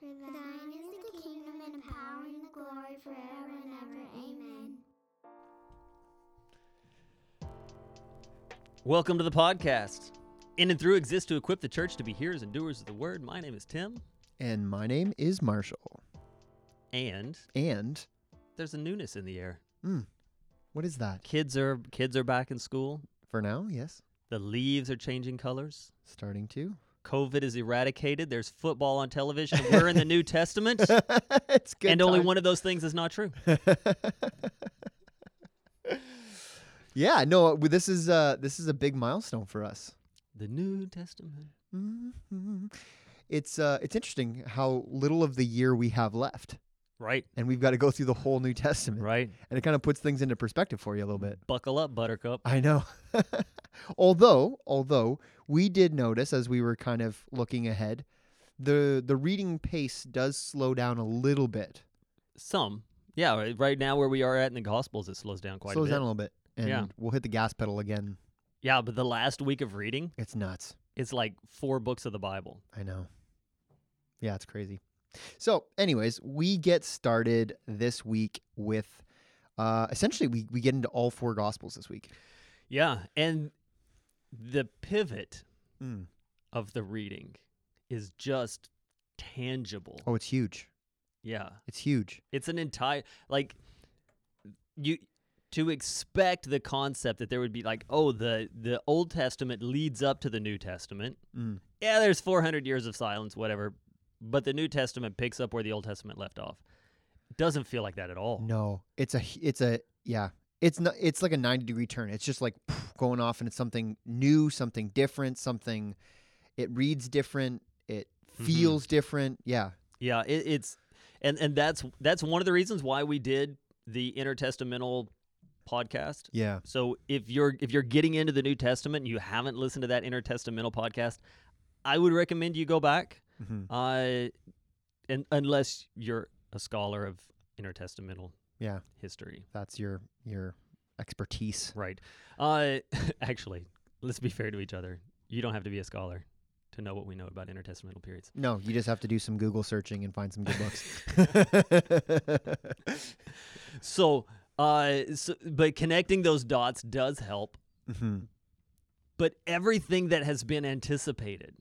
For thine is the kingdom and the power and the glory forever and ever. Amen. Welcome to the podcast. In and through exists to equip the church to be hearers and doers of the word. My name is Tim, And my name is Marshall. and And hmm, there's a newness in the air. what is that? Kids are kids are back in school. For now, yes. The leaves are changing colors. Starting to. COVID is eradicated. There's football on television. We're in the New Testament, it's good. and only time. one of those things is not true. Yeah, no, uh, this is uh this is a big milestone for us. The New Testament. Mhm. It's uh it's interesting how little of the year we have left. Right, And we've got to go through the whole New Testament. right. And it kind of puts things into perspective for you a little bit. Buckle up, Buttercup. I know. although, although we did notice as we were kind of looking ahead, the the reading pace does slow down a little bit. Some, yeah. right- Right now, where we are at in the Gospels, it slows down quite a Slows bit. down a little bit, and Yeah. we'll hit the gas pedal again. Yeah, but the last week of reading, It's nuts. it's like four books of the Bible. I know. Yeah, it's crazy. So, anyways, we get started this week with uh, essentially we, we get into all four gospels this week. Yeah, and the pivot Mm. of the reading is just tangible. Oh, it's huge. Yeah. It's huge. It's an entire like you to expect the concept that there would be like oh the the Old Testament leads up to the New Testament. Mm. Yeah, there's 400 years of silence whatever, but the New Testament picks up where the Old Testament left off. Doesn't feel like that at all. No, it's a h- it's a yeah. It's not. It's like a ninety degree turn. It's just like going off, and it's something new, something different, something. It reads different. It Mhm. feels different. Yeah, Yeah, it, it's and and that's that's one of the reasons why we did the intertestamental podcast yeah. So if you're if you're getting into the New Testament and you haven't listened to that intertestamental podcast, I would recommend you go back. Mm-hmm. Uh, and unless you're a scholar of intertestamental Yeah, history, that's your your expertise. right? Uh, actually, let's be fair to each other. You don't have to be a scholar to know what we know about intertestamental periods. No, you just have to do some Google searching and find some good books. So, uh, so, but connecting those dots does help. mm-hmm. But everything that has been anticipated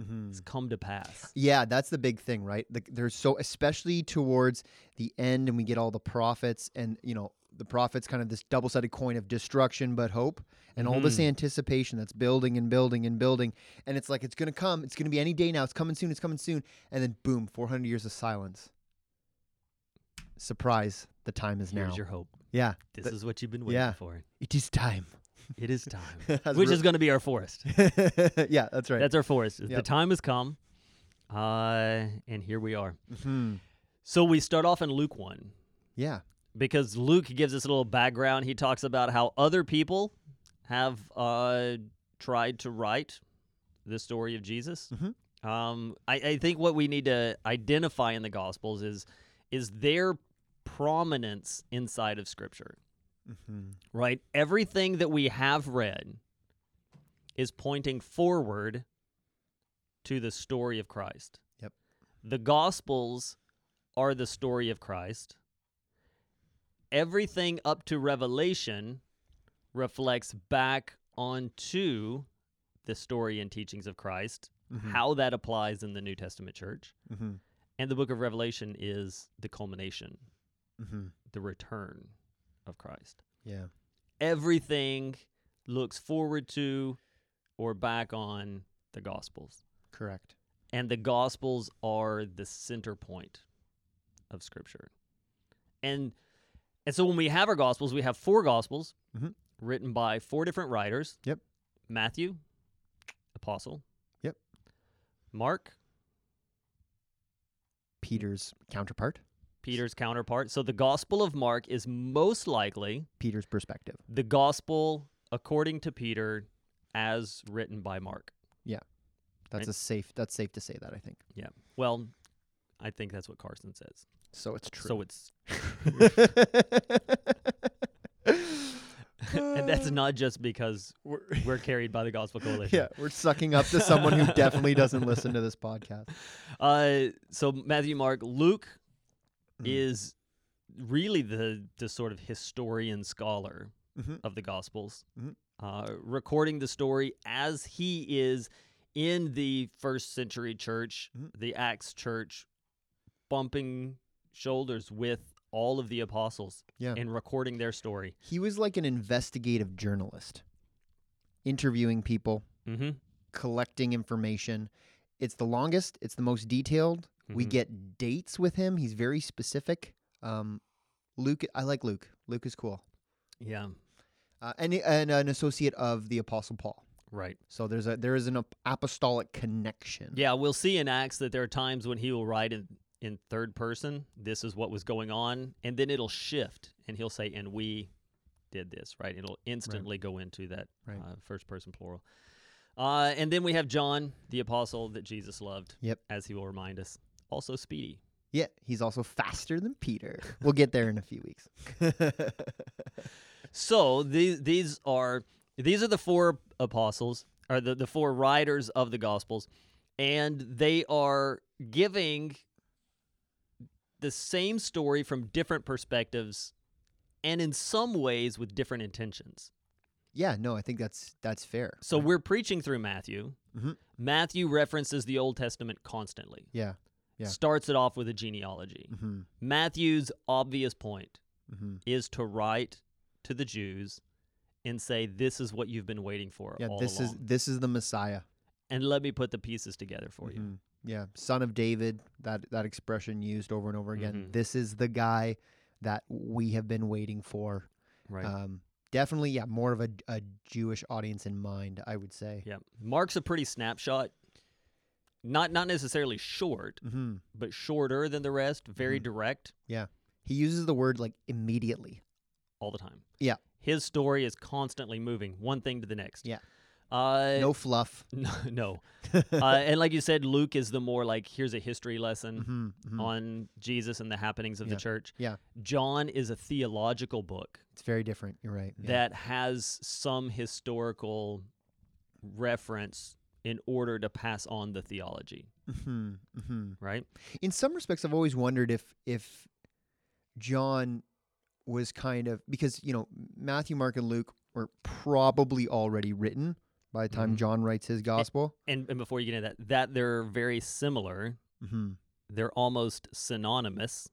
Mm-hmm. has come to pass. Yeah, that's the big thing, right? Like there's so especially towards the end, and we get all the prophets, and you know the prophets kind of this double-sided coin of destruction but hope, and all this Mhm. anticipation that's building and building and building, and it's like it's gonna come, it's gonna be any day now, it's coming soon, it's coming soon, and then boom, 400 years of silence. Surprise! The time is Here's now. your hope. yeah, This Th- is what you've been waiting yeah. for. it is time. It is time. That's Which real- is going to be our forest. yeah, that's right. That's our forest. The Yep. time has come. Uh, and here we are. hmm So we start off in Luke 1 Yeah, because Luke gives us a little background. He talks about how other people have uh, tried to write the story of Jesus. Mhm. Um, I, I think what we need to identify in the Gospels is is their prominence inside of Scripture. hmm right? Everything that we have read is pointing forward to the story of Christ. Yep. The Gospels are the story of Christ. Everything up to Revelation reflects back onto the story and teachings of Christ, Mm-hmm. how that applies in the New Testament church. hmm And the book of Revelation is the culmination, hmm the return of Christ yeah, everything looks forward to or back on the gospels correct. and the gospels are the center point of scripture and and so when we have our gospels we have four gospels Mhm. written by four different writers Yep. matthew apostle Yep. mark Peter's counterpart. peter's counterpart so the gospel of mark is most likely Peter's perspective. the gospel according to peter as written by mark That's Right. a safe. That's safe to say that I think. Yeah. Well, I think that's what Carson says. So it's true. So it's and that's not just because we're, we're carried by the Gospel Coalition. Uh. Yeah, we're sucking up to someone who definitely doesn't listen to this podcast. Uh, so Matthew, Mark, Luke Mhm. is really the the sort of historian scholar Mm-hmm. of the Gospels, Mhm. uh, recording the story as he is in the first century church, Mhm. the Acts church, bumping shoulders with all of the apostles Yeah. and recording their story. He was like an investigative journalist, interviewing people, Mm-hmm. collecting information. It's the longest, it's the most detailed. We Mhm. get dates with him. He's very specific. Um, Luke, I like Luke. Luke is cool. Yeah, Uh, and, and an associate of the Apostle Paul. right. So there's a there is an ap- apostolic connection. Yeah, we'll see in Acts that there are times when he will write in, in third person, this is what was going on, and then it'll shift and he'll say, and we did this, right? It'll instantly go into that Right. uh, first person plural. Uh, and then we have John, the apostle that Jesus loved, Yep. as he will remind us, also speedy. Yeah, he's also faster than Peter. We'll get there in a few weeks. So these these are these are the four apostles or the, the four writers of the gospels, and they are giving the same story from different perspectives and in some ways with different intentions. yeah, no, I think that's that's fair. So we're preaching through Matthew. Mhm. Matthew references the Old Testament constantly. yeah, Yeah. Starts it off with a genealogy. mm-hmm, Matthew's obvious point mm-hmm. is to write to the Jews and say, "This is what you've been waiting for yeah. all This along." is this is the Messiah. and let me put the pieces together for you. Mhm. Yeah, son of David. That that expression used over and over again. Mhm. This is the guy that we have been waiting for. Right. Um, definitely, yeah, more of a, a Jewish audience in mind, I would say. yeah. Mark's a pretty snapshot. Not not necessarily short, Mm-hmm. but shorter than the rest, very Mhm. direct He uses the word like immediately. all the time. Yeah. His story is constantly moving one thing to the next. Yeah. Uh no fluff. no. no. uh, and like you said Luke is the more like here's a history lesson Mm-hmm, on Jesus and the happenings of Yeah. the church. Yeah. John is a theological book. It's very different. You're right. yeah. that has some historical reference in order to pass on the theology, Mhm, mhm. right? In some respects, I've always wondered if if John was kind of because you know Matthew, Mark, and Luke were probably already written by the time Mhm. John writes his gospel. And and before you get into that, that they're very similar. Mm-hmm. They're almost synonymous,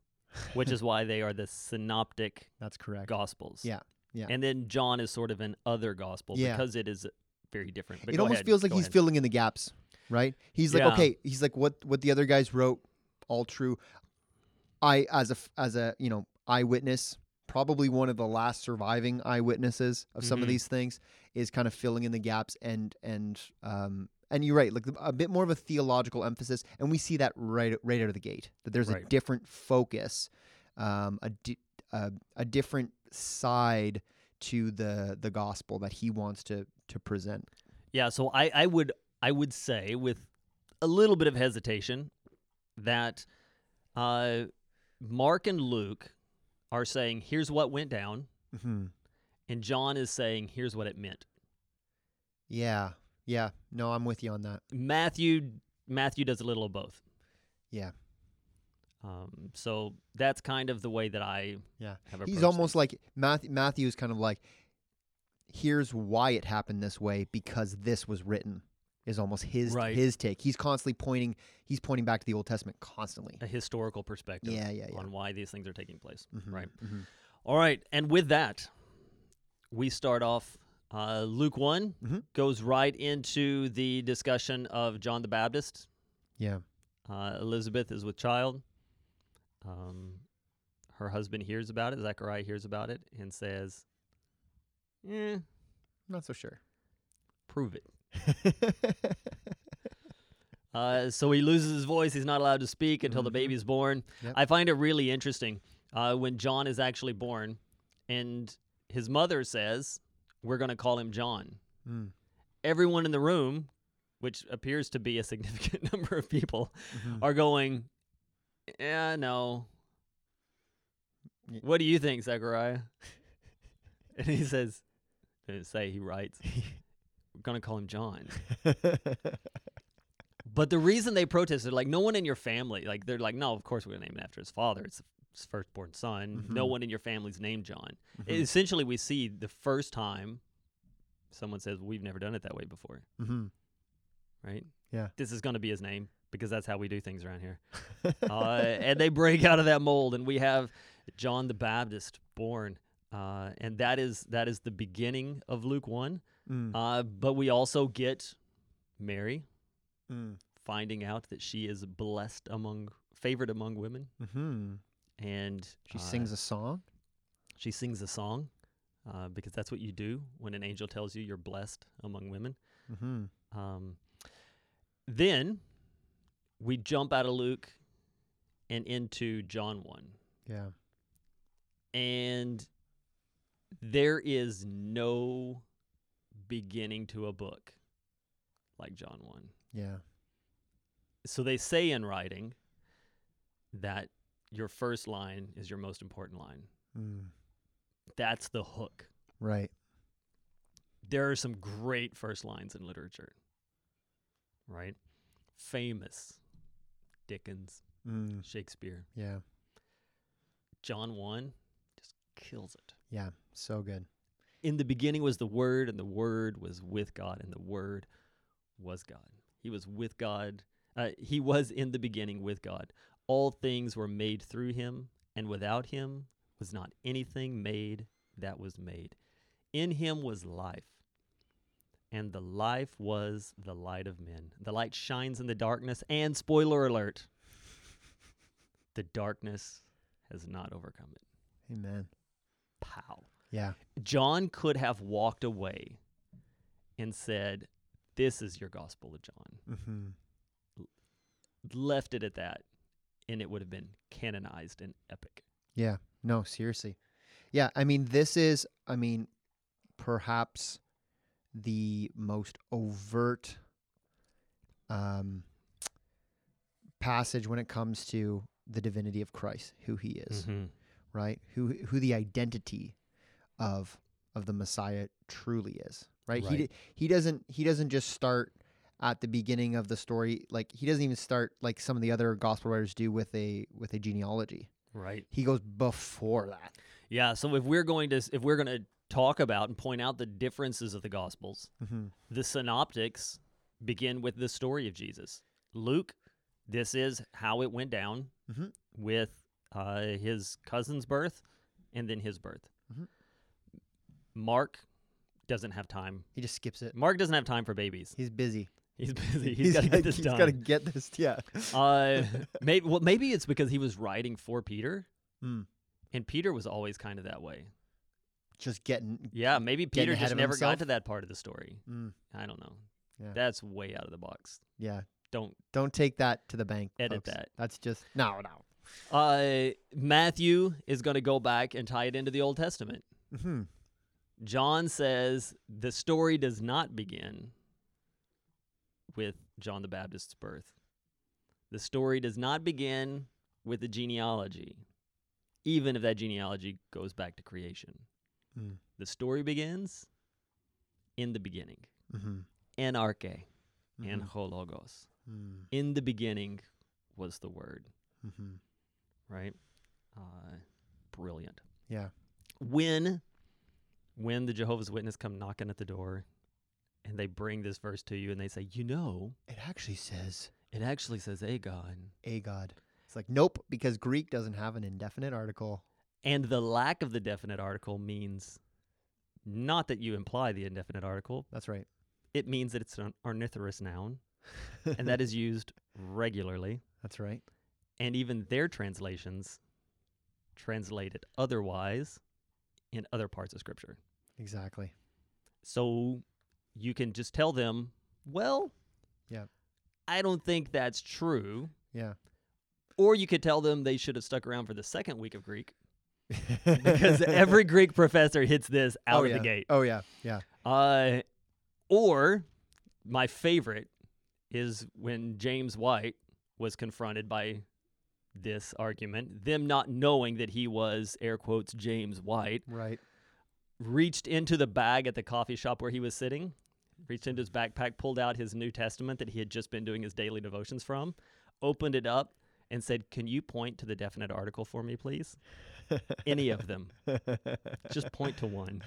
which is why they are the synoptic That's correct. gospels. Yeah, yeah. And then John is sort of an other gospel Yeah. because it is very different. But it go almost ahead, feels like go he's ahead. filling in the gaps, right? He's like, Yeah. okay, he's like, what what the other guys wrote, all true. I as a f- as a you know eyewitness, probably one of the last surviving eyewitnesses of some of Mhm. these things, is kind of filling in the gaps and and um and you're right, like a bit more of a theological emphasis, and we see that right right out of the gate that there's a Right. different focus, um a di- a, a different side to the the gospel that he wants to to present. Yeah, so I, I would I would say with a little bit of hesitation that uh, Mark and Luke are saying here's what went down, Mm-hmm. and John is saying here's what it meant. Yeah. Yeah. No, I'm with you on that. Matthew Matthew does a little of both. Yeah. Um, so that's kind of the way that I Yeah. have approached He's almost like Matthew, Matthew's kind of like, here's why it happened this way because this was written is almost his Right. his take. He's constantly pointing he's pointing back to the Old Testament constantly. a historical perspective Yeah, yeah, yeah. on why these things are taking place. Mhm, Right. mhm. All right, and with that, we start off. Uh, Luke one Mhm. goes right into the discussion of John the Baptist. Yeah. Uh, Elizabeth is with child. Um, her husband hears about it. Zechariah hears about it and says, "Eh, Not so sure. prove it." Uh, so he loses his voice. He's not allowed to speak until the Mhm. baby is born. Yep. I find it really interesting uh, when John is actually born, and his mother says, "We're going to call him John." Mm, Everyone in the room, which appears to be a significant number of people, mhm. are going, "Yeah, no." Y- What do you think, Zechariah? and he says, didn't say he writes. We're gonna call him John. But the reason they protested, like no one in your family, like they're like, no, of course we're gonna name it after his father. It's his firstborn son. No Mhm. one in your family's named John. Mhm. Essentially, we see the first time someone says we've never done it that way before, Mhm. right? Yeah. This is gonna be his name because that's how we do things around here. uh, and they break out of that mold, and we have John the Baptist born. Uh, and that is that is the beginning of Luke one. Mm, Uh, but we also get Mary, mm, finding out that she is blessed among favored among women mhm. and She uh, sings a song. she sings a song uh, because that's what you do when an angel tells you you're blessed among women Mm-hmm. um, then we jump out of luke and into john 1 Yeah. and there is no beginning to a book like john 1 Yeah. so they say in writing that your first line is your most important line. Mm. That's the hook. Right. There are some great first lines in literature, right? Famous Dickens, Mm. Shakespeare, Yeah. John 1 just kills it. Yeah. So good. In the beginning was the Word, and the Word was with God, and the Word was God. He was with God. Uh, he was in the beginning with God. All things were made through him, and without him was not anything made that was made. In him was life, and the life was the light of men. The light shines in the darkness, and spoiler alert, the darkness has not overcome it. Amen. Pow. Yeah. John could have walked away and said, This is your gospel of John. Mm-hmm. Left it at that, and it would have been canonized and epic. Yeah. No, seriously. Yeah. I mean, this is, I mean, perhaps the most overt um, passage when it comes to the divinity of Christ, who he is, right? Who, who the identity of, of the Messiah truly is, right? He, Right. d- he doesn't, he doesn't just start at the beginning of the story. Like he doesn't even start like some of the other gospel writers do with a, with a genealogy. Right. He goes before that. Yeah. So if we're going to s- if we're going to talk about and point out the differences of the gospels, Mm-hmm. the synoptics begin with the story of Jesus. Luke, this is how it went down Mhm. with uh, his cousin's birth and then his birth. Mhm. Mark doesn't have time He just skips it. Mark doesn't have time for babies. He's busy. He's busy. he's got to get this he's done. gotta get this. Yeah. Uh, maybe well, maybe it's because he was writing for Peter, Mm. and Peter was always kind of that way. Just getting. Yeah, maybe Peter ahead just of never himself? got to that part of the story. Mm, I don't know. Yeah. That's way out of the box. yeah. Don't. Don't take that to the bank. Edit folks. that. That's just no, no. Uh, Matthew is going to go back and tie it into the Old Testament. Mm-hmm. John says the story does not begin with John the Baptist's birth. The story does not begin with a genealogy, even if that genealogy goes back to creation. Mm. The story begins in the beginning. Mm-hmm. Anarche and hologos. Mm-hmm. In the beginning was the word, Mm-hmm. right? Uh, brilliant. Yeah. when when the Jehovah's Witness come knocking at the door and they bring this verse to you and they say, "You know, It actually says it actually says a God." a god. It's like nope, because Greek doesn't have an indefinite article. And the lack of the definite article means not that you imply the indefinite article. That's right. It means that it's an ornithorous noun and that is used regularly. That's right. And even their translations translate it otherwise in other parts of scripture. Exactly. So you can just tell them, well, Yeah. I don't think that's true. Yeah. Or you could tell them they should have stuck around for the second week of Greek because every Greek professor hits this out oh, of yeah. the gate. Oh yeah. Yeah. Uh, or my favorite is when James White was confronted by this argument, them not knowing that he was air quotes James White Right. reached into the bag at the coffee shop where he was sitting, reached into his backpack, pulled out his New Testament that he had just been doing his daily devotions from, opened it up, and said, Can you point to the definite article for me, please? Any of them. Just point to one.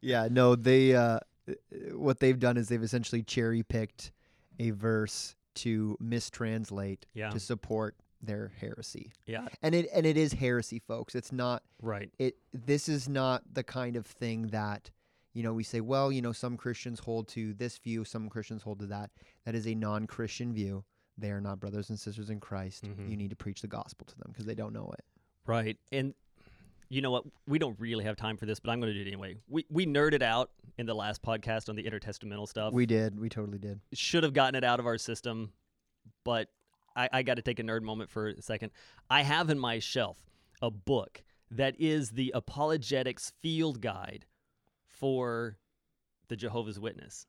yeah, no, they uh, what they've done is they've essentially cherry picked a verse to mistranslate Yeah. to support their heresy. Yeah. And it and it is heresy, folks. It's not Right. it this is not the kind of thing that you know we say well you know some christians hold to this view some christians hold to that that is a non-christian view they are not brothers and sisters in christ Mhm. you need to preach the gospel to them because they don't know it Right. And you know what? We don't really have time for this, but I'm going to do it anyway. We, we nerded out in the last podcast on the intertestamental stuff. we did we totally did should have gotten it out of our system, but I, I got to take a nerd moment for a second. I have in my shelf a book that is the apologetics field guide for the Jehovah's Witness.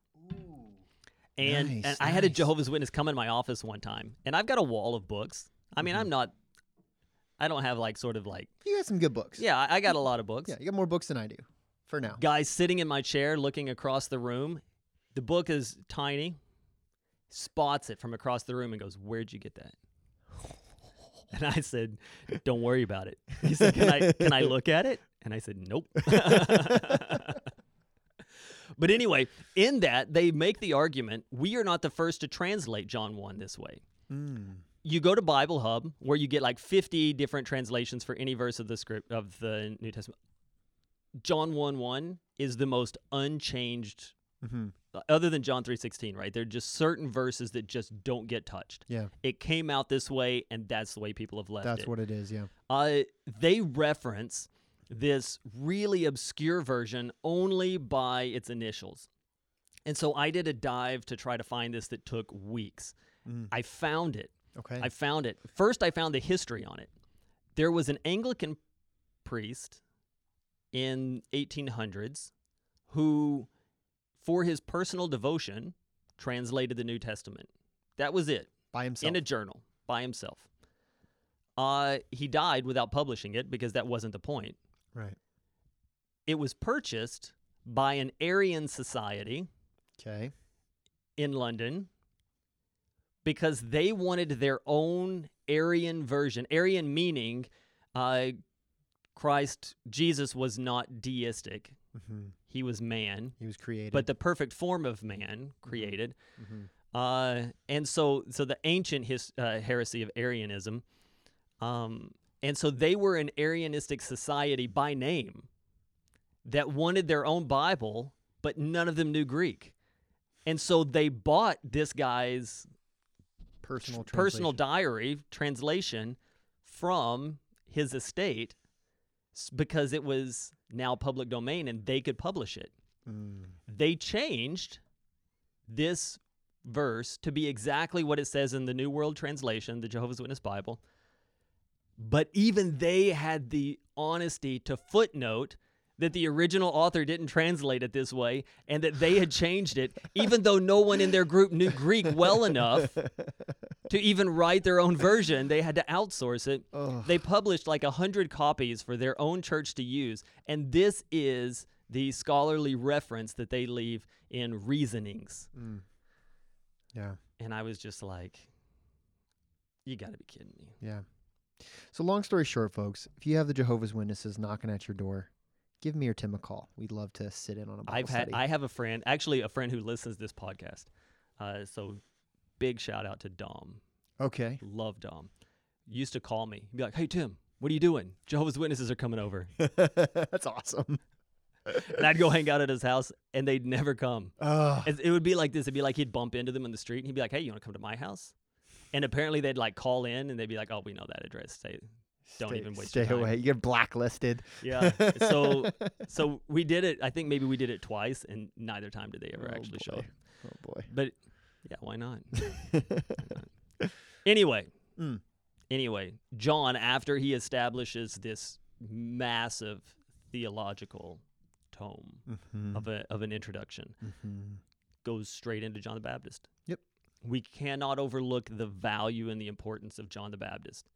And, Nice, and I had a nice. Jehovah's Witness come in my office one time, and I've got a wall of books. I Mm-hmm. mean, I'm not, I don't have like sort of like, you got some good books yeah, I, I got a lot of books yeah you got more books than i do for now guy sitting in my chair looking across the room. The book is tiny, spots it from across the room and goes, Where'd you get that? And I said, Don't worry about it. He said, Can I can I look at it? And I said, Nope. but anyway, in that they make the argument, we are not the first to translate John 1 this way Mm. you go to Bible Hub where you get like 50 different translations for any verse of the script of the New Testament. John 1 1 is the most unchanged uh, Mhm. other than John 3:16, right? There're just certain verses that just don't get touched. yeah It came out this way and that's the way people have left that's it. what it is yeah Uh, they reference this really obscure version only by its initials. And so I did a dive to try to find this that took weeks. Mm. I found it. okay I found it. First, I found the history on it. There was an Anglican priest in 1800s who, for his personal devotion, translated the New Testament. That was it by himself in a journal by himself. Uh, he died without publishing it because that wasn't the point. right It was purchased by an Aryan society okay in London because they wanted their own Arian version. Arian meaning uh, Christ, Jesus was not deistic, hmm he was man, he was created but the perfect form of man created. Mhm. Uh, and so, so the ancient his, uh, heresy of Arianism. Um, and so they were an Arianistic society by name that wanted their own Bible, but none of them knew Greek. And so they bought this guy's personal tr- personal translation. diary translation from his estate s- because it was now public domain and they could publish it Mm. they changed this verse to be exactly what it says in the New World Translation, the Jehovah's Witness Bible. But even they had the honesty to footnote that the original author didn't translate it this way and that they had changed it, even though no one in their group knew Greek well enough to even write their own version. They had to outsource it. Ugh. They published like a 100 copies for their own church to use. And this is the scholarly reference that they leave in Reasonings. Mm. yeah And I was just like, you got to be kidding me. Yeah. So long story short, folks, if you have the Jehovah's Witnesses knocking at your door, give me or Tim a call. We'd love to sit in on a Bible I've had, study. I have a friend, actually, a friend who listens to this podcast. Uh, so big shout out to Dom. okay. Love Dom. Used to call me, He'd be like, hey, Tim, what are you doing? Jehovah's Witnesses are coming over. That's awesome. and I'd go hang out at his house, and they'd never come. Oh, It, it would be like this. It'd be like he'd bump into them in the street, and he'd be like, "Hey, you want to come to my house?" And apparently, they'd like call in, and they'd be like, "Oh, we know that address. Stay, don't stay, even waste Stay your time." away. You get blacklisted. Yeah. So, so we did it. I think maybe we did it twice, and neither time did they ever Oh, actually show boy. up. Oh boy. But yeah, why not? Anyway, Mm. anyway, John, after he establishes this massive theological tome Mhm, of a of an introduction, mhm. goes straight into John the Baptist. Yep. We cannot overlook the value and the importance of John the Baptist.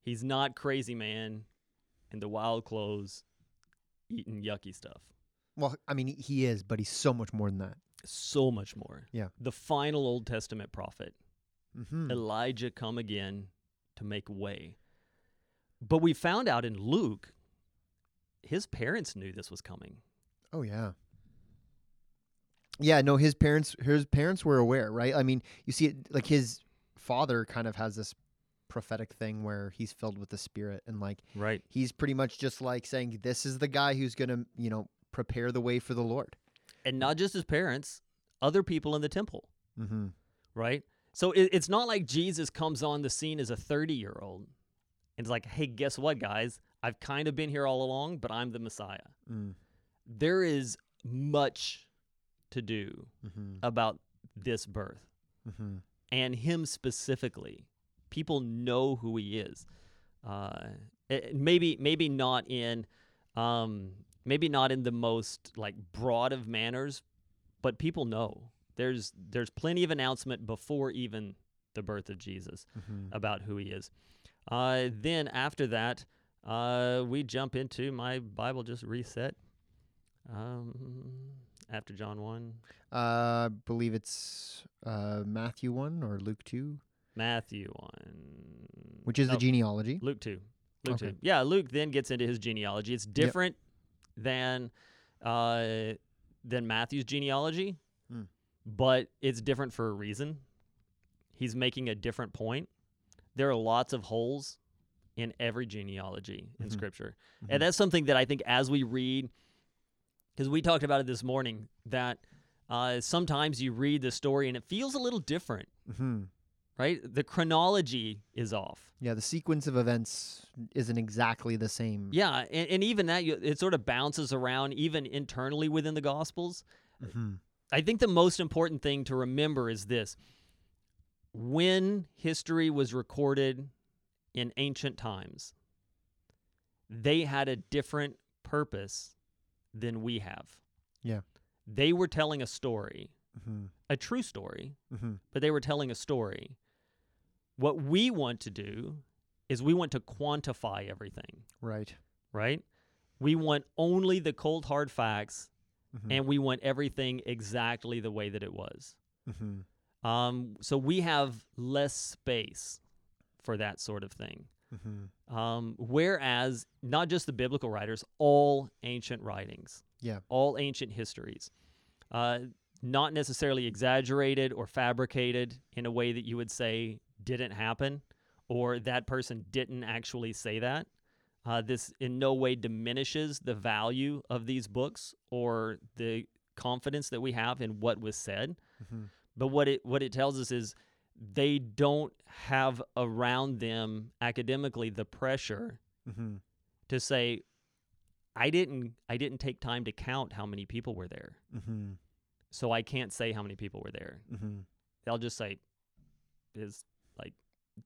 He's not crazy man in the wild clothes, eating yucky stuff. Well, I mean, he is, but he's so much more than that. So much more. Yeah. The final Old Testament prophet, Mm-hmm. Elijah, come again to make way. But we found out in Luke, his parents knew this was coming. Oh yeah. Yeah, no, his parents his parents were aware, right? I mean, you see it like his father kind of has this prophetic thing where he's filled with the spirit and like Right. he's pretty much just like saying this is the guy who's going to, you know, prepare the way for the Lord. And not just his parents, other people in the temple. Mhm. right? So it, it's not like Jesus comes on the scene as a 30 year old and it's like, hey, guess what, guys? I've kind of been here all along, but I'm the Messiah. Mm. There is much to do Mhm. about this birth Mhm. and him specifically. People know who he is. Uh, it- it- maybe maybe not in um, maybe not in the most like broad of manners, but people know. There's there's plenty of announcement before even the birth of Jesus Mhm. about who he is. Uh, then after that, uh, we jump into my Bible just reset. Um, after John one, Uh, I believe it's uh, Matthew 1 or Luke 2, Matthew one, Oh, which is No. the genealogy. Luke 2. Luke Okay. 2. Yeah, Luke then gets into his genealogy. It's different than uh than Matthew's genealogy, Mm. but it's different for a reason. He's making a different point. There are lots of holes in every genealogy in Mhm. scripture. Mhm. And that's something that I think as we read cuz we talked about it this morning that uh, sometimes you read the story and it feels a little different, Mhm. right? The chronology is off. Yeah, the sequence of events isn't exactly the same. Yeah, and, and even that, you, it sort of bounces around even internally within the Gospels. Mhm. I think the most important thing to remember is this when history was recorded in ancient times, they had a different purpose than we have. Yeah. They were telling a story, Mhm. a true story, Mhm. but they were telling a story. What we want to do is we want to quantify everything Right. right? We want only the cold hard facts Mhm. and we want everything exactly the way that it was. Mhm. Um, so we have less space for that sort of thing. Mhm. Um, whereas not just the biblical writers, all ancient writings, Yeah. all ancient histories, uh, not necessarily exaggerated or fabricated in a way that you would say didn't happen or that person didn't actually say that. Uh, this in no way diminishes the value of these books or the confidence that we have in what was said. Mhm. But what it what it tells us is they don't have around them academically the pressure Mhm. to say I didn't I didn't take time to count how many people were there. Mhm. So I can't say how many people were there. Mhm. They'll just say is like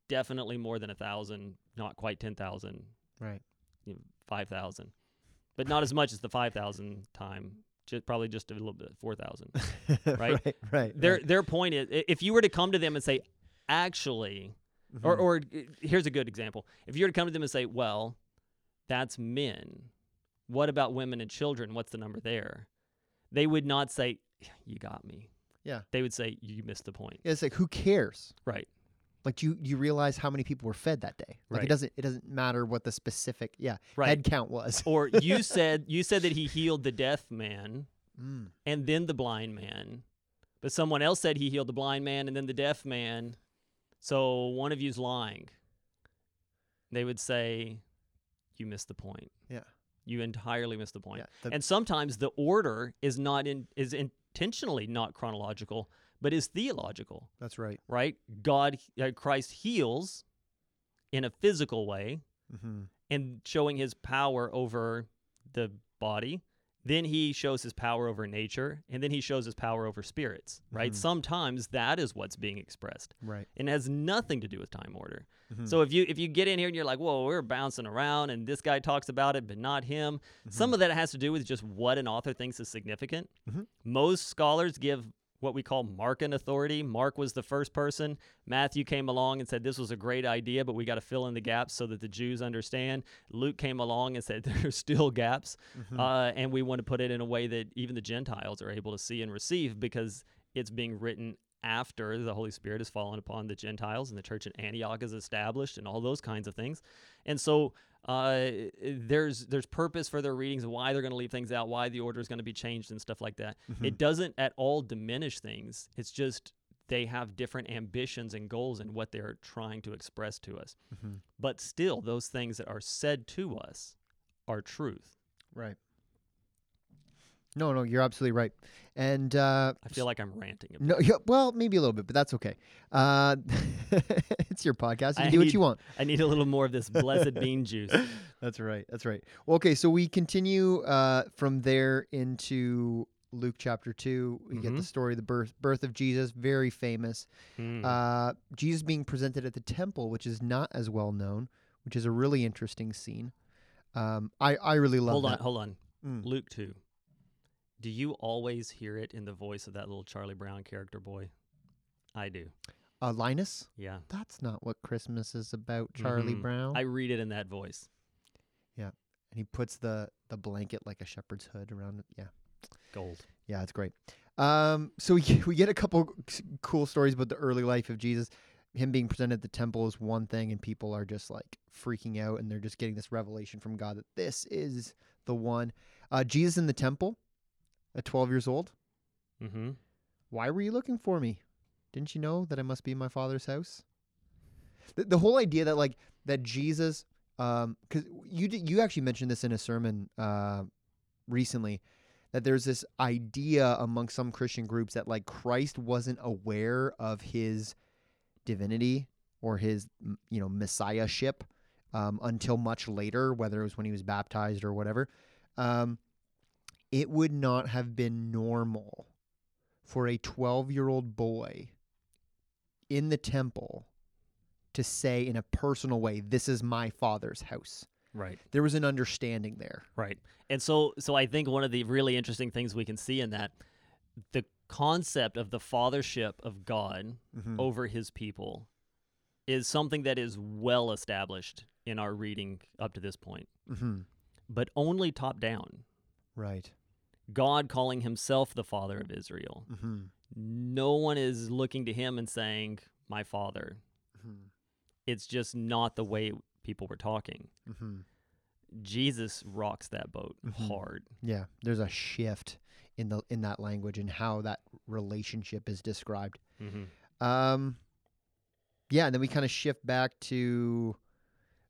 definitely more than a thousand, not quite ten thousand, Right. you know, five thousand. But not as much as the five thousand time. Just probably just a little bit four thousand. Right? right. Right. their right. their point is i- if you were to come to them and say actually or Mhm. or uh, here's a good example if you were to come to them and say well that's men what about women and children what's the number there they would not say you got me Yeah. they would say you missed the point Yeah, it's like who cares? right Like do you you realize how many people were fed that day. Like Right. it doesn't it doesn't matter what the specific yeah right head count was. or you said you said that he healed the deaf man Mm. and then the blind man but someone else said he healed the blind man and then the deaf man so one of you's lying they would say you missed the point Yeah. you entirely missed the point Yeah, the- and sometimes the order is not in is intentionally not chronological but is theological that's right. right god uh, christ heals in a physical way Mm-hmm. and showing his power over the body. Then he shows his power over nature, and then he shows his power over spirits, right? Mhm. Sometimes that is what's being expressed. Right. and has nothing to do with time order. Mhm. So if you if you get in here and you're like, whoa, we're bouncing around and this guy talks about it, but not him. Some of that has to do with just what an author thinks is significant. Mhm. Most scholars give what we call Markan authority. Mark was the first person. Matthew came along and said, This was a great idea, but we got to fill in the gaps so that the Jews understand. Luke came along and said, There are still gaps. Hmm. Uh, and we want to put it in a way that even the Gentiles are able to see and receive because it's being written after the Holy Spirit has fallen upon the Gentiles and the church in Antioch is established and all those kinds of things. And so uh, there's there's purpose for their readings and why they're going to leave things out, why the order is going to be changed and stuff like that. Hmm. It doesn't at all diminish things. It's just they have different ambitions and goals and what they're trying to express to us. Mhm. But still, those things that are said to us are truth. Right. No, no, you're absolutely right. And uh, I feel like I'm ranting. A bit. no, yeah, well, maybe a little bit, but that's okay. Uh, it's your podcast. You I can do what need- you want. I need a little more of this blessed bean juice. That's right. That's right. Well, okay, so we continue uh, from there into Luke chapter two. We get the Mhm. story of the birth birth of Jesus, very famous. Hmm. Uh, Jesus being presented at the temple, which is not as well known, which is a really interesting scene. Um, I I really love hold on, that. hold on. Mm. Luke 2. Do you always hear it in the voice of that little Charlie Brown character boy? I do. Uh, Linus, Yeah. that's not what Christmas is about, Charlie Mhm. Brown. I read it in that voice. and he puts the the blanket like a shepherd's hood around. it. Yeah. Gold. Yeah, it's great. Um, so we get, we get a couple s- cool stories about the early life of Jesus. Him being presented at the temple is one thing, and people are just like freaking out, and they're just getting this revelation from God that this is the one. Uh, Jesus in the temple at 12 years old. Mm-hmm. Why were you looking for me? Didn't you know that I must be in my father's house? The, the whole idea that like that Jesus, um, because you did, you actually mentioned this in a sermon uh, recently, that there's this idea among some Christian groups that like Christ wasn't aware of his divinity or his m- you know messiahship um, until much later, whether it was when he was baptized or whatever. Um, it would not have been normal for a 12 year old boy in the temple to say in a personal way, This is my father's house. Right. There was an understanding there. Right. And so so I think one of the really interesting things we can see in that the concept of the fathership of God Hmm. over his people is something that is well established in our reading up to this point, Mhm. but only top down. Right. God calling himself the father of Israel. Mm-hmm. No one is looking to him and saying, My father. Mm-hmm. It's just not the way people were talking. Mm-hmm. Jesus rocks that boat Mhm. hard. Yeah, there's a shift in the in that language and how that relationship is described. Mm-hmm. Um, yeah, and then we kind of shift back to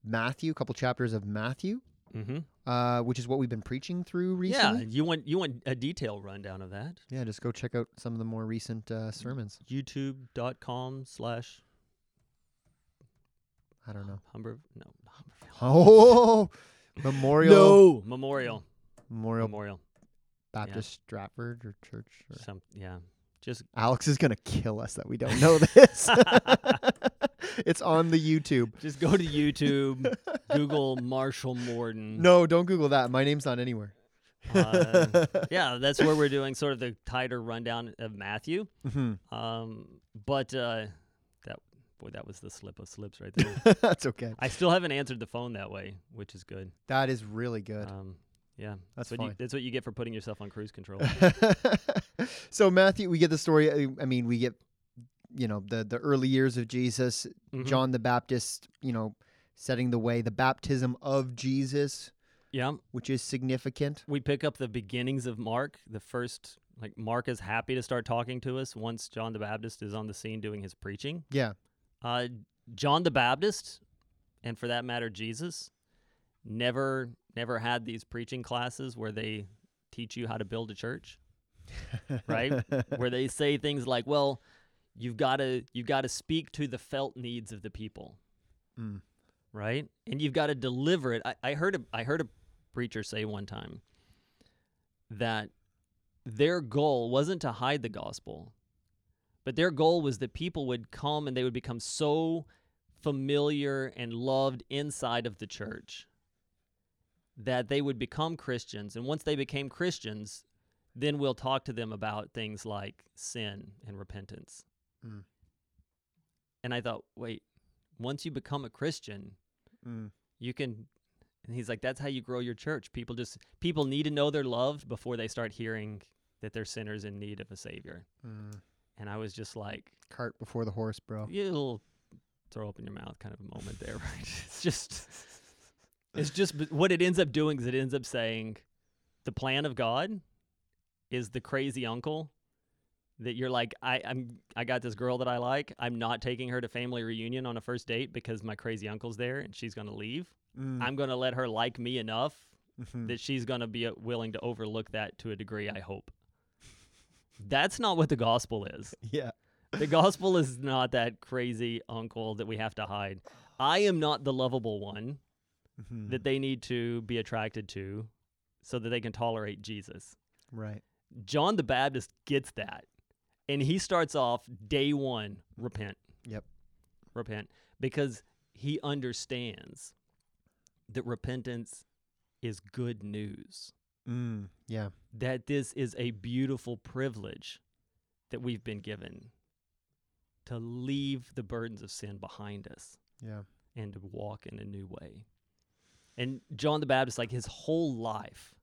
Matthew, a couple chapters of Matthew, Mm-hmm. uh, which is what we've been preaching through Yeah, recently. you want you want a detailed rundown of that? Yeah, just go check out some of the more recent Mm. uh, sermons. YouTube.com slash I don't know. Humber no Humberville. Oh, Memorial No Memorial Memorial Memorial. Baptist Stratford or Church. Or... Some yeah. Just Alex is gonna kill us that we don't know this. it's on the YouTube. just go to YouTube, Google Marshall Morden. No, don't Google that. My name's not anywhere. Uh, yeah, that's where we're doing sort of the tighter rundown of Matthew. Mhm. Um, but uh, that boy, that was the slip of slips right there. That's okay. I still haven't answered the phone that way, which is good. That is really good. Um, yeah, That's what fine. You, that's what you get for putting yourself on cruise control. so Matthew, we get the story. uh, I- I mean, we get you know the the early years of Jesus, Mhm. John the Baptist, you know, setting the way, the baptism of Jesus, Yeah, which is significant. we pick up the beginnings of Mark. The first, like Mark is happy to start talking to us once John the Baptist is on the scene doing his preaching. Yeah. Uh, John the Baptist, and for that matter, Jesus, never never had these preaching classes where they teach you how to build a church, right? where they say things like, "Well, you've got to you've got to speak to the felt needs of the people, Mm. right? And you've got to deliver it." I, I heard a I heard a preacher say one time that their goal wasn't to hide the gospel, but their goal was that people would come and they would become so familiar and loved inside of the church that they would become Christians. And once they became Christians, then we'll talk to them about things like sin and repentance. Mm. And I thought, wait, once you become a Christian, Mm. you can. And he's like, that's how you grow your church. People just people need to know they're loved before they start hearing that they're sinners in need of a savior. Mm. And I was just like, Cart before the horse, bro. you little throw up in your mouth kind of a moment there, right? It's just, it's just b- what it ends up doing is it ends up saying, the plan of God is the crazy uncle that you're like, I, I'm, I got this girl that I like. I'm not taking her to family reunion on a first date because my crazy uncle's there and she's gonna leave. Mm. I'm gonna let her like me enough Mhm. that she's gonna be uh, willing to overlook that to a degree. I hope. That's not what the gospel is. Yeah. The gospel is not that crazy uncle that we have to hide. I am not the lovable one Mhm. that they need to be attracted to so that they can tolerate Jesus. Right. John the Baptist gets that. And he starts off day one repent. Yep. Repent. Because he understands that repentance is good news, Mm. Yeah. that this is a beautiful privilege that we've been given to leave the burdens of sin behind us Yeah. and to walk in a new way. And John the Baptist, like his whole life,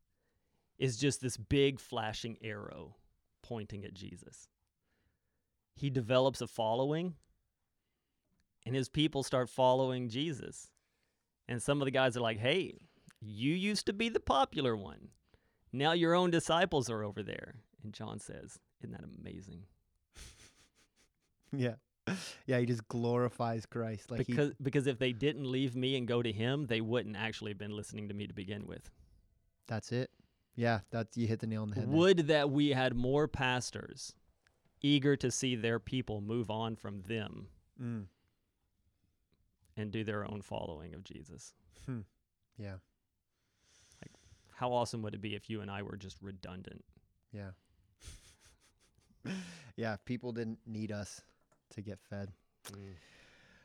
is just this big flashing arrow pointing at Jesus. He develops a following, and his people start following Jesus. And some of the guys are like, hey, you used to be the popular one. Now your own disciples are over there. And John says, isn't that amazing? Yeah. Yeah. He just glorifies Christ. Like because because if they didn't leave me and go to him, they wouldn't actually have been listening to me to begin with. he, that's it. Yeah. That's you hit the nail on the head. there. Would that we had more pastors eager to see their people move on from them Mm. and do their own following of Jesus. Hmm. Yeah. How awesome would it be if you and I were just redundant? Yeah. yeah. if People didn't need us to get fed.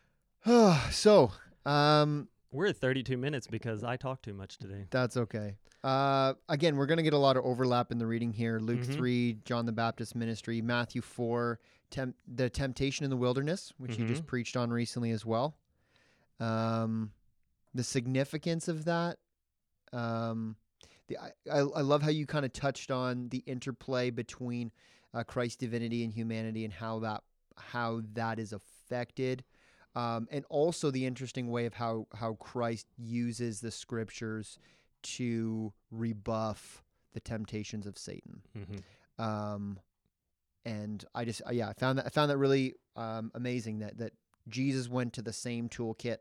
so, um, We're at 32 minutes because I talked too much today. that's okay. Uh, again, we're going to get a lot of overlap in the reading here. Luke Mhm. 3, John the Baptist ministry, Matthew 4, temp- the temptation in the wilderness, which you just preached on recently as well. Um, the significance of that. Um, the, I, I, I love how you kind of touched on the interplay between uh, Christ's divinity and humanity and how that how that is affected. Um, and also the interesting way of how, how Christ uses the scriptures to rebuff the temptations of Satan. Um, and I just uh, yeah, I found that I found that really um, amazing that that Jesus went to the same toolkit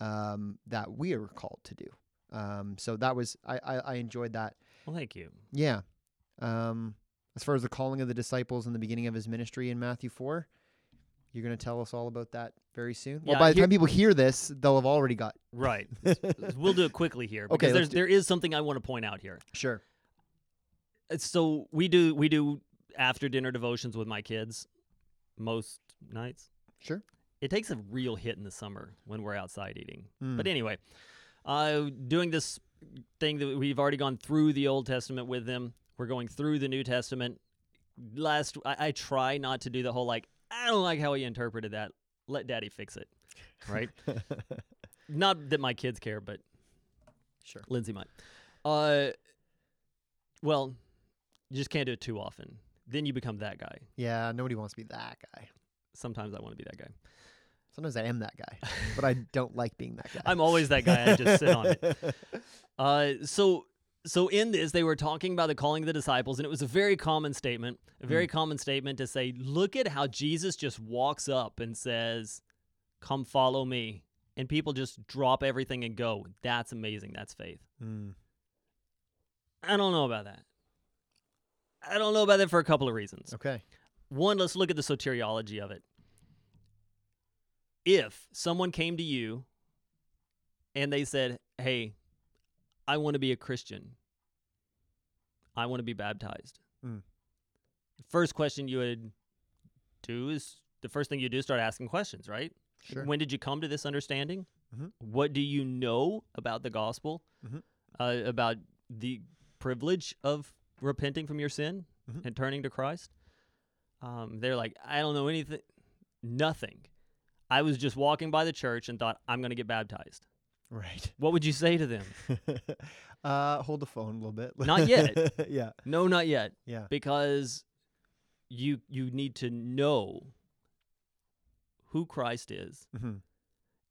um, that we are called to do. Um, so that was I, I, I enjoyed that. Well, thank you. Yeah. Um, as far as the calling of the disciples in the beginning of his ministry in Matthew four, you're going to tell us all about that very soon. Well, Yeah, by the here- time people hear this, they'll have already got Right. we'll do it quickly here because Okay, let's there's, do- there is something I want to point out here. sure. it's- Uh, so we do we do after dinner devotions with my kids most nights. Sure. It takes a real hit in the summer when we're outside eating. But Mm. anyway, uh, doing this thing that we've already gone through the Old Testament with them. We're going through the New Testament. Last, I, I try not to do the whole like I don't like how he interpreted that. Let Daddy fix it, right? not that my kids care, but Sure. Lindsay might. Uh, well, you just can't do it too often. Then you become that guy. Yeah, nobody wants to be that guy. Sometimes I want to be that guy. Sometimes I am that guy, but I don't like being that guy. I'm always that guy. I just sit on it. Uh, so, so in this, they were talking about the calling of the disciples, and it was a very common statement. A very common statement to say, "Look at how Jesus just walks up and says, "Come follow me," and people just drop everything and go. That's amazing. That's faith. Mm. I don't know about that. I don't know about that for a couple of reasons. Okay. One, let's look at the soteriology of it. If someone came to you and they said, Hey, I want to be a Christian, I want to be baptized. Mm. The first question you would do is the first thing you do is start asking questions, right? Sure. When did you come to this understanding? Mhm. What do you know about the gospel? Mhm. Uh, about the privilege of repenting from your sin Mhm. and turning to Christ, um, they're like, I don't know anything, nothing. I was just walking by the church and thought, I'm going to get baptized. Right. What would you say to them? uh, hold the phone a little bit. Not yet. yeah. no, not yet, Yeah. because you you need to know who Christ is hmm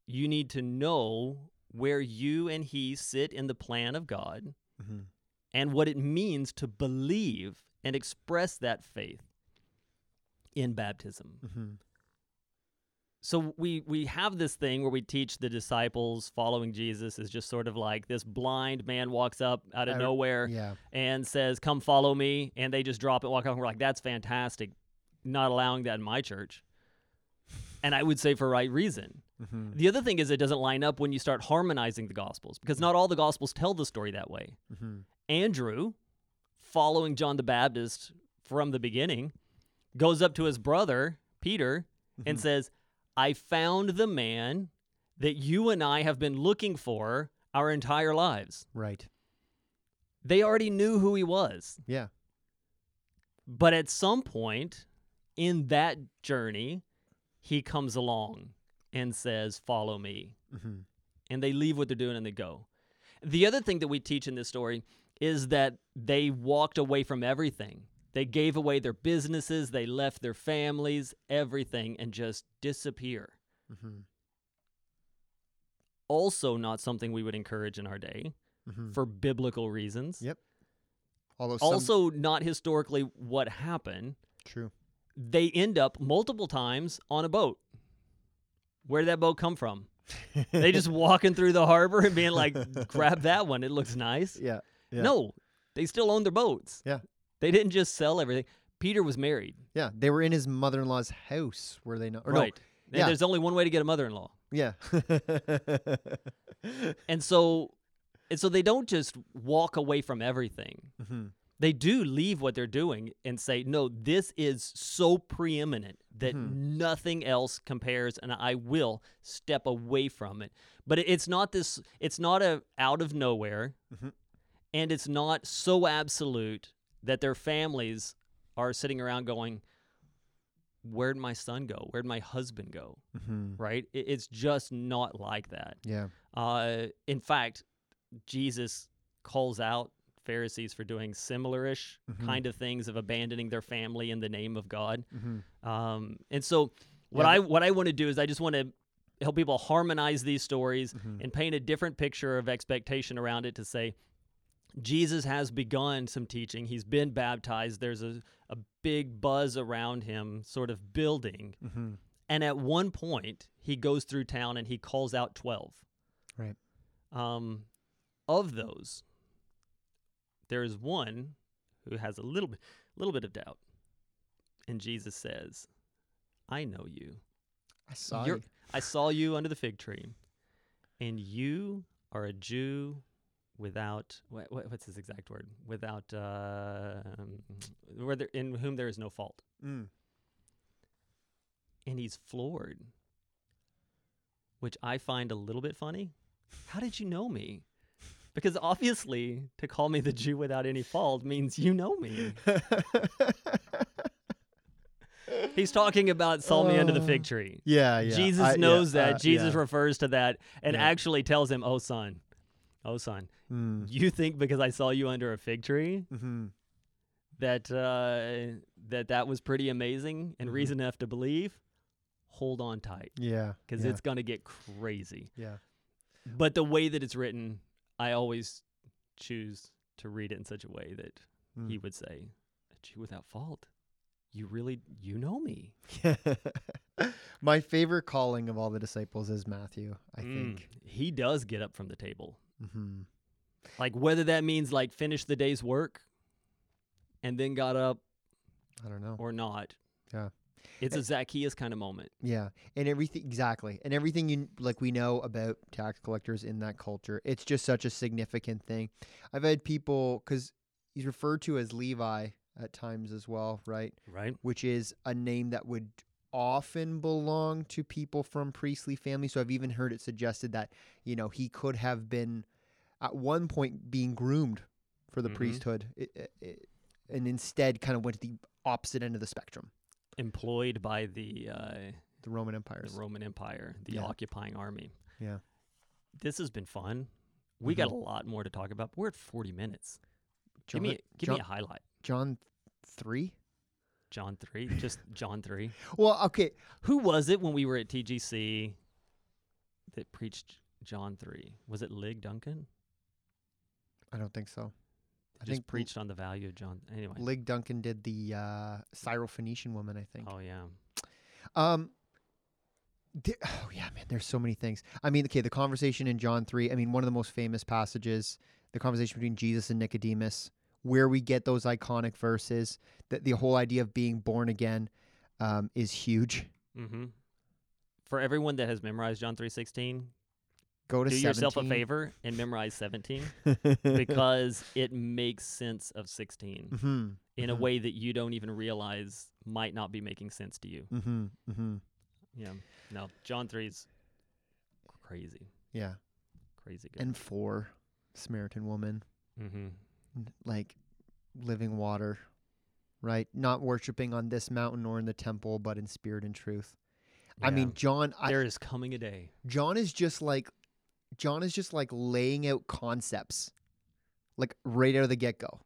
you need to know where you and he sit in the plan of God hmm and what it means to believe and express that faith in baptism. hmm So we we have this thing where we teach the disciples following Jesus is just sort of like this blind man walks up out of I- nowhere Yeah. and says, "Come follow me," and they just drop it, walk off, and we're like, "That's fantastic." Not allowing that in my church, and I would say for right reason. hmm The other thing is it doesn't line up when you start harmonizing the gospels because not all the gospels tell the story that way. hmm Andrew, following John the Baptist from the beginning, goes up to his brother Peter and says, "I found the man that you and I have been looking for our entire lives." Right. They already knew who he was, Yeah. but at some point in that journey, he comes along and says, "Follow me." hmm and they leave what they're doing and they go. The other thing that we teach in this story is that they walked away from everything. They gave away their businesses, they left their families, everything, and just disappear. hmm Also, not something we would encourage in our day hmm for biblical reasons. Yep. Although some- Also, not historically what happened. true. They end up multiple times on a boat. Where did that boat come from? They just walking through the harbor and being like, grab that one. It looks nice. yeah. Yeah. No, they still own their boats. Yeah. They didn't just sell everything. Peter was married. Yeah. They were in his mother-in-law's house, were they not? Or right. And yeah. There's only one way to get a mother in law. No, yeah. Mm-hmm, And so and so they don't just walk away from everything. Mhm. They do leave what they're doing and say, No, this is so preeminent that nothing else compares and I will step away from it. But it- it's not this it's not a out of nowhere Mhm. and it's not so absolute that their families are sitting around going, Where'd my son go? Where'd my husband go? Mhm. Right? It- It's just not like that. Yeah. Uh, in fact, Jesus calls out Pharisees for doing similar-ish Mhm. kind of things of abandoning their family in the name of God. hmm Um, and so, what Yeah, I what I want to do is I just want to help people harmonize these stories Mhm. and paint a different picture of expectation around it to say. Jesus has begun some teaching. He's been baptized. There's a, a big buzz around him, sort of building. hmm And at one point, he goes through town and he calls out 12. Right. Um, of those, there is one who has a little bit, little bit of doubt. And Jesus says, I know you. I saw You're- you. I saw you under the fig tree, and you are a Jew without, what, what's his exact word? Without, uh, um, where there, in whom there is no fault Mm. and he's floored, which I find a little bit funny. How did you know me? Because obviously, to call me the Jew without any fault means you know me. He's talking about saw me under the fig tree. Uh, yeah. Yeah. Jesus I- yeah, knows that. uh, Jesus yeah. refers to that and Yeah. actually tells him, "Oh son, oh son, Mm. you think because I saw you under a fig tree Mhm. that uh, that that was pretty amazing and Mhm. reason enough to believe? Hold on tight, Yeah. because yeah, it's gonna get crazy." yeah. But the way that it's written, I always choose to read it in such a way that Mm. he would say, "A Jew without fault. You really, you know me." My favorite calling of all the disciples is Matthew, I Mm. think. he does get up from the table. hmm Like whether that means like finish the day's work and then got up I don't know. or not. Yeah. Eh. It's a Zacchaeus kind of moment. Yeah. And everything exactly. And everything you like we know about tax collectors in that culture. It's just such a significant thing. I've had people cuz he's referred to as Levi at times as well, right? Right? which is a name that would often belong to people from priestly families. So I've even heard it suggested that, you know, he could have been at one point being groomed for the Mhm. priesthood. It, it, it, and instead kind of went to the opposite end of the spectrum, employed by the uh, the Roman Empire. the Roman Empire, the Yeah. occupying army. Yeah. Mm-hmm. This has been fun. We got a lot more to talk about. We're at 40 minutes. give John, me a, give me John- a highlight. John three. John 3, just John 3. Well, okay. Who was it when we were at TGC that preached John 3? Was it Lig Duncan? I don't think so. I Just think L- preached on the value of John. Anyway. Lig Duncan did the uh, Syrophoenician woman, I think. oh, yeah. Um, there- oh yeah, man. There's so many things. I mean, okay, the conversation in John three. I mean, one of the most famous passages, the conversation between Jesus and Nicodemus, where we get those iconic verses. That the whole idea of being born again um, is huge. Mm-hmm. For everyone that has memorized John 3.16, Go to do yourself a 17. favor and memorize 17 because it makes sense of 16 Mhm, in a mhm. way that you don't even realize might not be making sense to you. mhm, mhm. Yeah. No, John 3's crazy, Yeah, crazy good. and four Samaritan woman, mm-hmm. n- like living water, right? Not worshiping on this mountain or in the temple, but in spirit and truth. I mean, John. I, there is coming a day. John is just like John is just like laying out concepts like right out of the get go.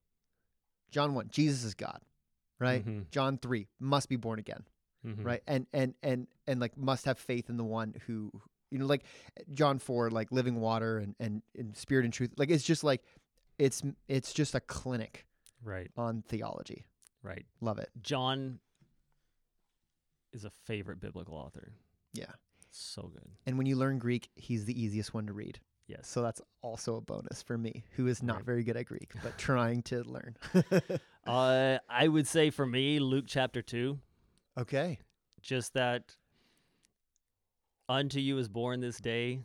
John 1, Jesus is God, right? Mhm. John 3, must be born again, Mhm. right? And and and and like must have faith in the one who you know like John 4 like living water and and, and spirit and truth. Like it's just like it's it's just a clinic Right. on theology. Right. Love it. John is a favorite biblical author. Yeah. So good. And when you learn Greek, he's the easiest one to read. Yes. So that's also a bonus for me, who is not Right. very good at Greek, but trying to learn. uh, I would say for me, Luke chapter 2, okay. just that unto you is born this day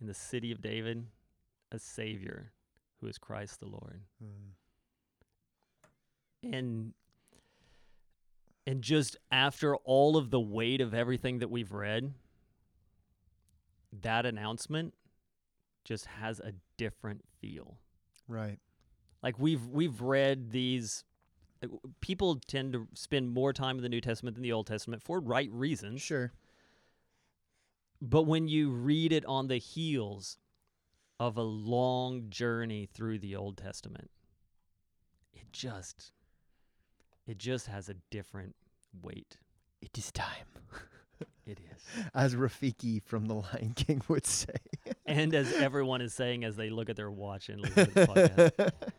in the city of David a Savior who is Christ the Lord. Mm. and and just after all of the weight of everything that we've read that announcement just has a different feel Right. like we've we've read these like, w- people tend to spend more time in the new testament than the old testament for right reasons Sure. but when you read it on the heels of a long journey through the Old Testament, it just it just has a different weight. It is time, It is. as Rafiki from The Lion King would say. and as everyone is saying as they look at their watch and listen to the podcast.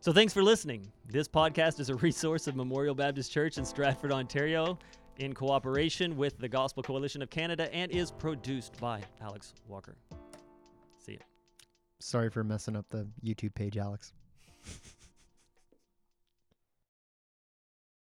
So thanks for listening. This podcast is a resource of Memorial Baptist Church in Stratford, Ontario, in cooperation with the Gospel Coalition of Canada and is produced by Alex Walker. See ya. Sorry for messing up the YouTube page, Alex.